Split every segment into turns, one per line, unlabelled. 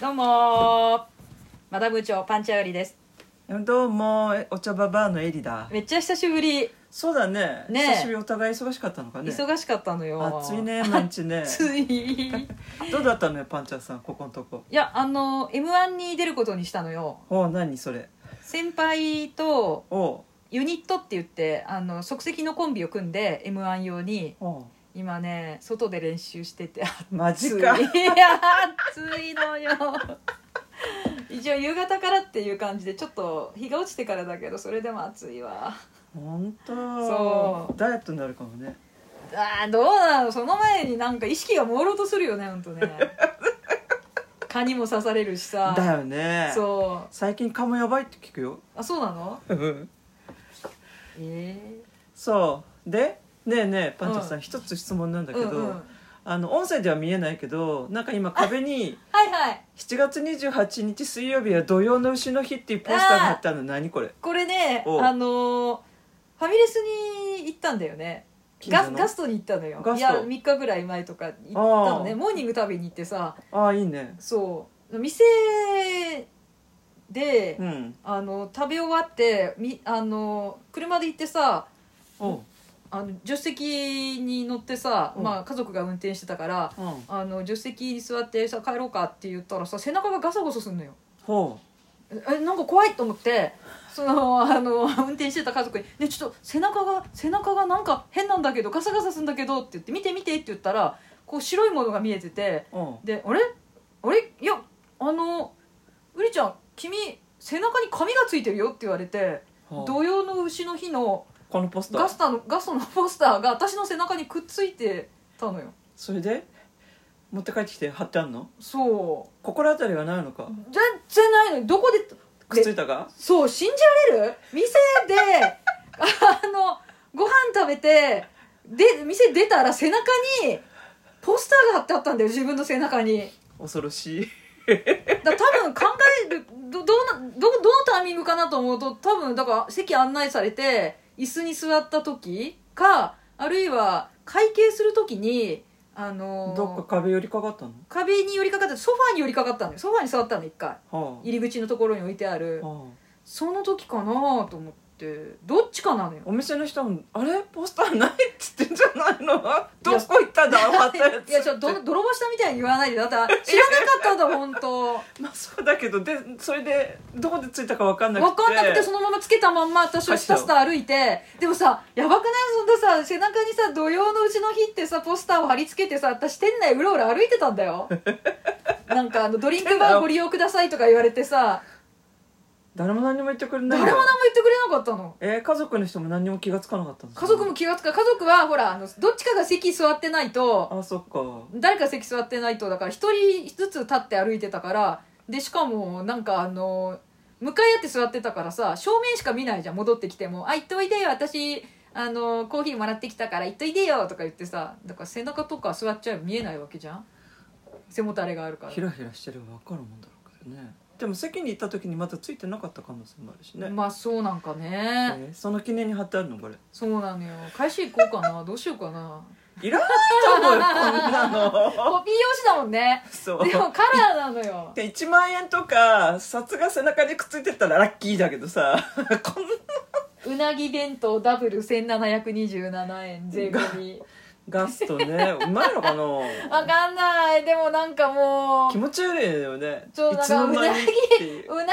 どうもーマダム部長パンチャよりです
どうもお茶ババアのエリだ
めっちゃ久しぶり、
そうだね
ねえ
久しぶりお互い忙しかったのかね
忙しかったのよ
暑いね毎日ね
暑いい
どうだったのよパンチャーさんここのとこ
やあの m 1に出ることにしたのよ
おう何それ
先輩と
おう
ユニットって言ってあの即席のコンビを組んで m 1用に
おう
今ね外で練習してて
マ
暑
ジ
いいや
か
暑いのよ一応夕方からっていう感じでちょっと日が落ちてからだけどそれでも暑いわ
本当
そう
ダイエットになるかもね
あーどうなのその前になんか意識が朦朧とするよねほん とね蚊にも刺されるしさ
だよね
そう
最近蚊もやばいって聞くよ
あそうなの
うん
え
そうでねえねえパンチャーさん、
うん
一つ質問なん
え
だけど、
うんうん、は
あの音声では見えないけどなんか今壁に
いはい
7月28日水曜日は土曜の丑の日っていうポスターが貼ってあるの何これ
これね
おう
あのーファミレスに行ったんだよね
近
ガ
所
ス
の
ガストに行ったのよ
ガスト
いや3日ぐらい前とか行ったのね
あー
モーニング食べに行ってさ
ああいいね
そう店で、
うん
あの食べ終わってみあの車で行ってさ
おう
あの助手席に乗ってさ、
うん
まあ、家族が運転してたから
うん
あの助手席に座ってさ帰ろうかって言ったらさ背中がガサゴサすんのよ
ほ
ええなんか怖いと思ってそのあの運転してた家族に「ねちょっと背中が背中がなんか変なんだけどガサガサすんだけど」って言って「見て見て」って言ったらこう白いものが見えてて
ううん
で「あれあれいやあのうりちゃん君背中に髪がついてるよ」って言われて
ほう
土曜の牛の日の
このポスタ
ガス
ー
ターのガストのポスターが私の背中にくっついてたのよ
それで持って帰ってきて貼ってあんの
そう
心当たりはないのか
全然ないのにどこで
くっついたか
そう信じられる店であのご飯食べてで店出たら背中にポスターが貼ってあったんだよ自分の背中に
恐ろしい
だから多分考えるどどうなどどのタイミングかなと思うと多分だから席案内されて椅子に座った時かあるいは会計する時にあの
どっか壁寄りかかったの
壁に寄りかかってソファーに寄りかかったのよソファーに座ったの一回
は
入り口のところに置いてある
あはあ
その時かなと思ってどっちかなのよ
お店の人も「あれポスターない?」って言ってんじゃないのどこ行ったんだ貼ったやつ
いやちょっとど泥棒したみたいに言わないでだって知らなかったんだ本 当
まあそうだけどでそれでどこでついたか分かんなくて
分かんなくてそのままつけたまんま私はひたすら歩いてでもさやばくないそんなさ背中にさ土曜のうちの日ってさポスターを貼り付けてさ私店内うろうろ歩いてたんだよ なんかあのドリンクバーご利用くださいとか言われてさ
誰も何も言ってくれない
誰
ん
も
だ
何も言ってくれなかったの
えー家族の人も何にも気がつかなかったんですか
家族も気がつか家族はほらあのどっちかが席座ってないと
あそっか
誰か席座ってないとだから一人ずつ立って歩いてたからでしかもなんかあの向かい合って座ってたからさ正面しか見ないじゃん戻ってきても「あ行っといでよ私あのコーヒーもらってきたから行っといでよ」とか言ってさだから背中とか座っちゃえば見えないわけじゃん背もたれがあるから
ひらひらしてれば分かるもんだろうけどねでも席に行った時にまたついてなかった可能性もあるしね、
まあそうなんかね、
えーその記念に貼ってあるのこれ
そうなのよ返し行こうかなどうしようかない
らないと思うよこんな
コ
の
ピー用紙だもんね
そう
でもカラーなの よ
で1万円とか札が背中にくっついてたらラッキーだけどさこんな
うなぎ弁当ダブル1727円税込み
ガストねうまいのかな
わかんないでもなんかも
気
う
持ち悪いよねいつ
ちょっとなんか
の間にって いう
うなぎの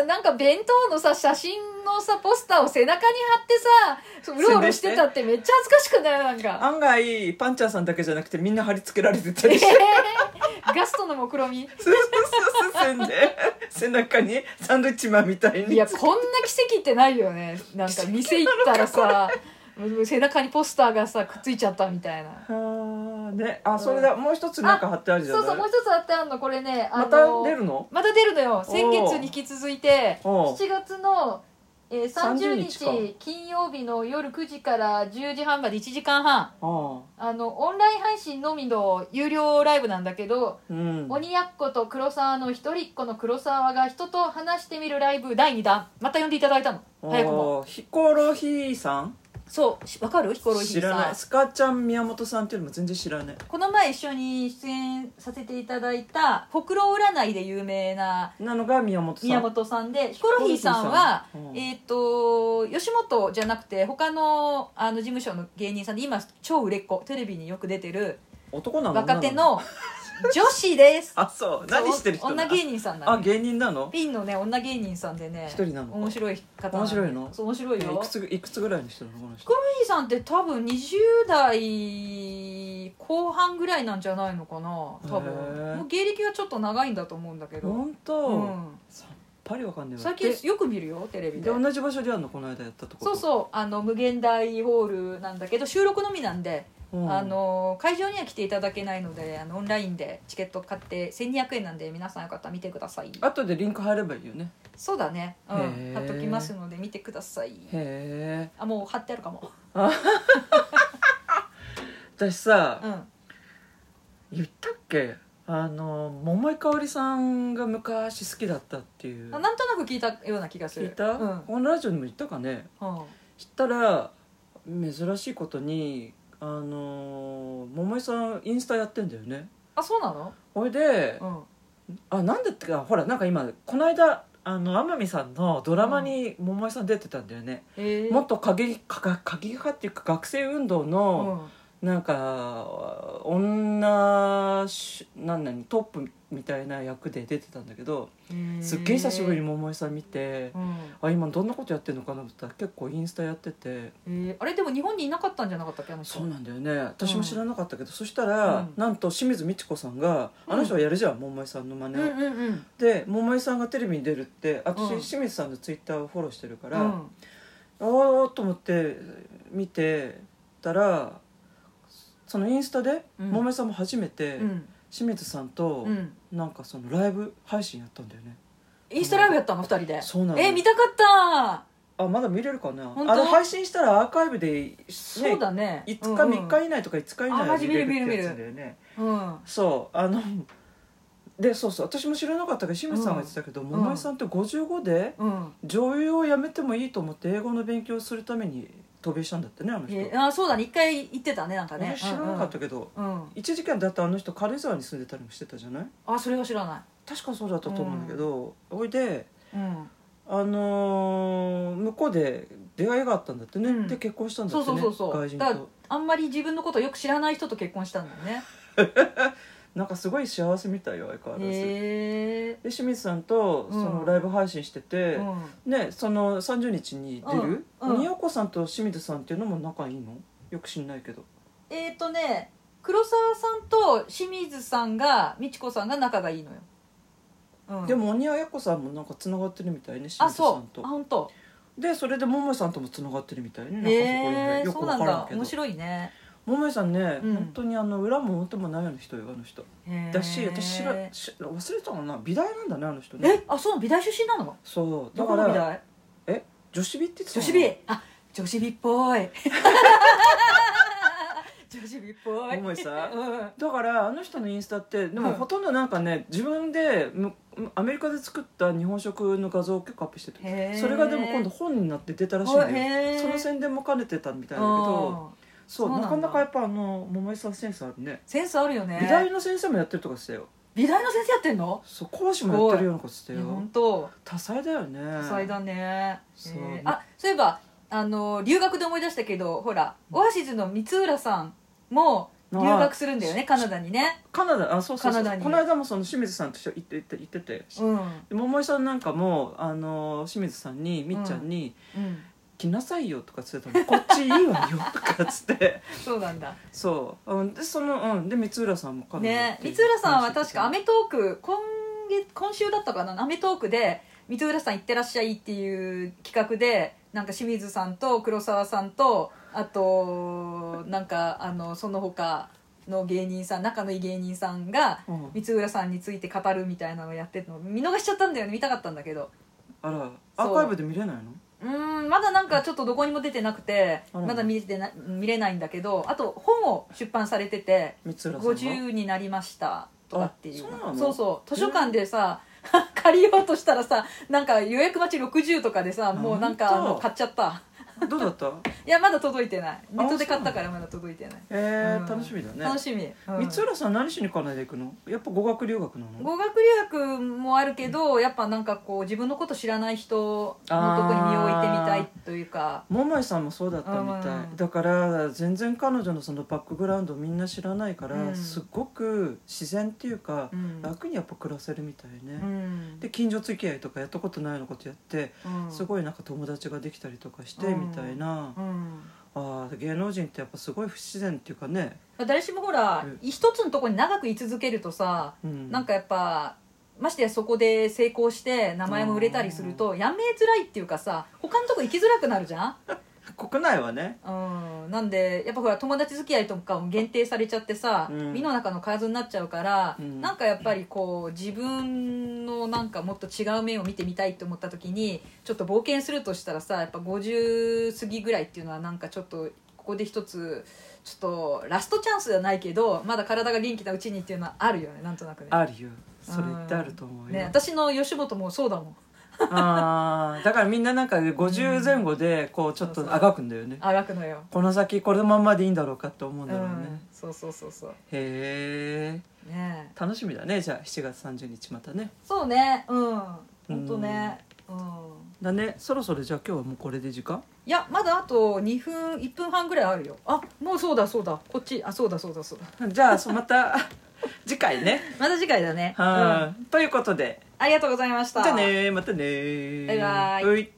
さなんか弁当のさ写真のさポスターを背中に貼ってさそううろうろしてたってめっちゃ恥ずかしくないなんか
案外パンチャーさんだけじゃなくてみんな貼り付けられてた
え
りして
ーガストの目論み
スースースースーんで背中にサンドイッチマンみたいに
いやこんな奇跡ってないよねなんか店行ったらさ背中にポスターがさくっついちゃったみたいな
はあねあそれだ、もう一つなんか貼ってあるじゃ
そ
ないう
そうもう一つあってあんのこれねあ
ま
の
た出るの
また出るのよ先月に引き続いて
おう
7月の、えー30
30
日
日
金曜日の夜9時から10時半まで1時間半
あ
あのオンライン配信のみの有料ライブなんだけど、
あうん
鬼やっこと黒沢の一人っ子の黒沢が人と話してみるライブ第2弾また呼んでいただいたの早くも
おーヒコロヒーさん
そうしわかるヒコロヒ
知
ー
らな
さ
い
ん
スカちゃん宮本さんっていうのも全然知らない
この前一緒に出演させていただいたほくろ占いで有名な
なのが宮本さん
宮本さんでヒコロヒーさんは
ヒコロヒーさんうん
えっ、と吉本じゃなくて他のあの事務所の芸人さんで今超売れっ子テレビによく出てる
男なの
若手
女な
の女子です
あそう 何してる人
女芸人さん
あ
だね
芸人なの
ピンのね女芸人さんでね
一人なの
面白い方なの
面白いの
そう面白い
い
よ
くつぐいくつぐらいの人なのこの
ヒ
人
コロヒーさんって多分20代後半ぐらいなんじゃないのかな多
へー
分もう芸歴はちょっと長いんだと思うんだけど、
本当、
うん、
さっぱりわかんないわ
最
で
近よく見るよテレビ
で
で
同じ場所でやるのこの間やったとこ
そうそうあの無限大ホールなんだけど収録のみなんで、
う、ん
あの会場には来ていただけないのであのオンラインでチケット買って1200円なんで皆さんよかったら見てください
後でリンク貼ればいいよね
そうだねう
へ
ん
ー
貼っときますので見てください
へえ
あもう貼ってあるかも
私さ、
うん
言ったっけあの桃井かおりさんが昔好きだったっていう
あなんとなく聞いたような気がす
聞
る
いた、
うん、
このラジオにも言ったかね
うん
知ったら珍しいことにあの桃井さんインスタやってんだよね
あそうなの
ほいで、
うん
あなんでってかほらなんか今この間あの天海さんのドラマに桃井さん出てたんだよね、
えー
もっと過激過過激派っていうか学生運動
う
の、
ん
なんか女しなんなにトップみたいな役で出てたんだけどすっげえ久しぶりに桃井さん見て、
うん
あ今どんなことやってるのかなと思ったら結構インスタやってて
えーあれでも日本にいなかったんじゃなかったっけあの人
そうなんだよね私も知らなかったけど、そしたら、
うん
なんと清水美智子さんが
うん
あの人はやるじゃん、桃井さんの真似
う
を、
んうんうん
で桃井さんがテレビに出るって私、
うん
清水さんのツイッターをフォローしてるか
う
ら、
ん
ああと思って見てたらそのインスタで
うん
桃井さんも初めて
うん
清水さんと
うん
なんかそのライブ配信やったんだよね、
インスタライブやったの二人で
そうなの
えー見たかった
あまだ見れるかな
本当
あれ配信したらアーカイブで、ね、
そうだね
5日
うんうん
3日以内とか5日以
あ
内
マ
で
ジ
見れる
見る
って
見る
やつだよね
うん
そうあのでそうそう私も知らなかったけど清水さんが言ってたけど、桃井さんって55で
うん
女優を辞めてもいいと思って英語の勉強をするために渡米したんだってねあの人、
えーあそうだね一回行ってたねなんかね
私知らなかったけど、
うんうんうん
一時間だってあの人軽井沢に住んでたりもしてたじゃない
あそれは知らな
確かそうだったと思うんだけど、おいで
いうん
あのー向こうで出会いがあったんだってね、
うん
で結婚したんだ
そ
っ
う
て
そ
ね
うそうそう
外人
だから
と
あんまり自分のことをよく知らない人と結婚したんだよね
なんかすごい幸せみたいよ相変わらず、
へえ
で清水さんとそのライブ配信してて、
うん
ねその30日に出る
うんうん
二葉子さんと清水さんっていうのも仲いいのよく知んないけど
えっ、ー、とね黒沢さんと清水さんが美智子さんが仲がいいのよ、うん、
でも鬼綾子さんもなんかつながってるみたいね清
あ
水さ
そ
ん
う
と
あ本当。
でそれで桃井さんともつながってるみたいねなんかそこら
へえそうなん
辺よくわからん
だ
けど
面白いね
桃井さんね、
うん
本当にあの裏も表もないような人よあの人
へー
だし私知らし忘れたのな美大なんだねあの人ね
えあそう美大出身なの
そうだ
ど
か
この美
ら
大
女子美って言って
女
た
子
の
美あ女子美っぽい 女子美っぽい
桃井さん
うん
だからあの人のインスタってでも
うん
ほとんどなんかね自分でむむアメリカで作った日本食の画像を結構アップしてて
へー
それがでも今度本になって出たらしいん
お
だよ
へー
その宣伝も兼ねてたみたいだけど
うんそ
そう
うなん
な
だ
かなかやっぱあの桃井さんセンスあるね
センスあるよね
美大の先生もやってるとかしてたよ
美大の先生やってんの
そう講師もやってるようなことして
い
た
や
よ
本当
多彩だよね
多彩だね、
そう
えーあそういえばあの留学で思い出したけどほらオアシズの三浦さんも留学するんだよねカナダにね
カナダあそうそうそ
カ
う
ナダに
この間もその清水さんと一緒に行って行って行ってて、
うん、うん、
で桃井さんなんかもあの清水さんにみっちゃんに「来なさいよ」とかつってたの「こっちいいわよ」とかつって
そうなんだ
そううんでそのうんで光浦さんもカナダ
ね三
行って
浦さんは確か『アメトーク』今月今週だったかな『アメトーク』で三浦さん行ってらっしゃいっていう企画でなんか清水さんと黒沢さんとあとなんかあのその他の芸人さん仲のいい芸人さんが
うん
三浦さんについて語るみたいなのをやってるの見逃しちゃったんだよね見たかったんだけど
あらアーカイブで見れないの
うーんまだなんかちょっとどこにも出てなくて
あら
まだ見れてな見れないんだけどあと本を出版されてて
光
「
浦さんが
50になりました」とかっていう
あそうなの
そうそう図書館でさ 借りようとしたらさなんか予約待ち60とかでさもうなんかあ
本当
の買っちゃった
どうだった
いやまだ届いてないネットで買ったからまだ届いてない、
え
うん
ー、楽しみだね
楽しみ、うん
光浦さん何しにカナダ行くのやっぱ語学留学なの
語学留学もあるけど、やっぱなんかこう自分のこと知らない人のとこに身を置いてみたいというか
桃井さんもそうだったみた
うん
いだから全然彼女のそのバックグラウンドをみんな知らないから、
うん
すごく自然っていうか
う、ん、
楽にやっぱ暮らせるみたいね、
うん
で近所付き合いとかやったことないようなことやって、
うん
すごいなんか友達ができたりとかして
うん
みたいな、
うん
あー芸能人ってやっぱすごい不自然っていうかね、
誰しもほら
うん
一つのとこに長く居続けるとさ
うん、
なんかやっぱましてやそこで成功して名前も売れたりするとやめづらいっていうかさ他のとこ行きづらくなるじゃん
国内はね
うん、なんでやっぱほら友達付き合いとかも限定されちゃってさ、
うん
身の中の数になっちゃうから、
うん
なんかやっぱりこう自分のなんかもっと違う面を見てみたいと思った時にちょっと冒険するとしたらさやっぱ50過ぎぐらいっていうのはなんかちょっとここで一つちょっとラストチャンスじゃないけどまだ体が元気なうちにっていうのはあるよねなんとなくね
あるよそれってあると思うよ、
ね私の吉本もそうだもん
あーだからみんななんか50前後でこうちょっ
そうそ
と
う
あがくんだよね
あがくのよ、
この先これのまんまでいいんだろうかって思うん
う
だろうね、
ん、そうそうそうそう
へえ
ねえ
楽しみだねじゃあ7月30日またね
そうねうん本当ねうん
だねそろそろじゃあ今日はもうこれで時間
いやまだあと2分1分半ぐらいあるよあもうそうだそうだこっちあそうだそうだそうだ
じゃあそま た次回ね
また次回だね
はい、ということで
うんありがとうございまし
じ
た
ゃあねまたね
バイバイ
はい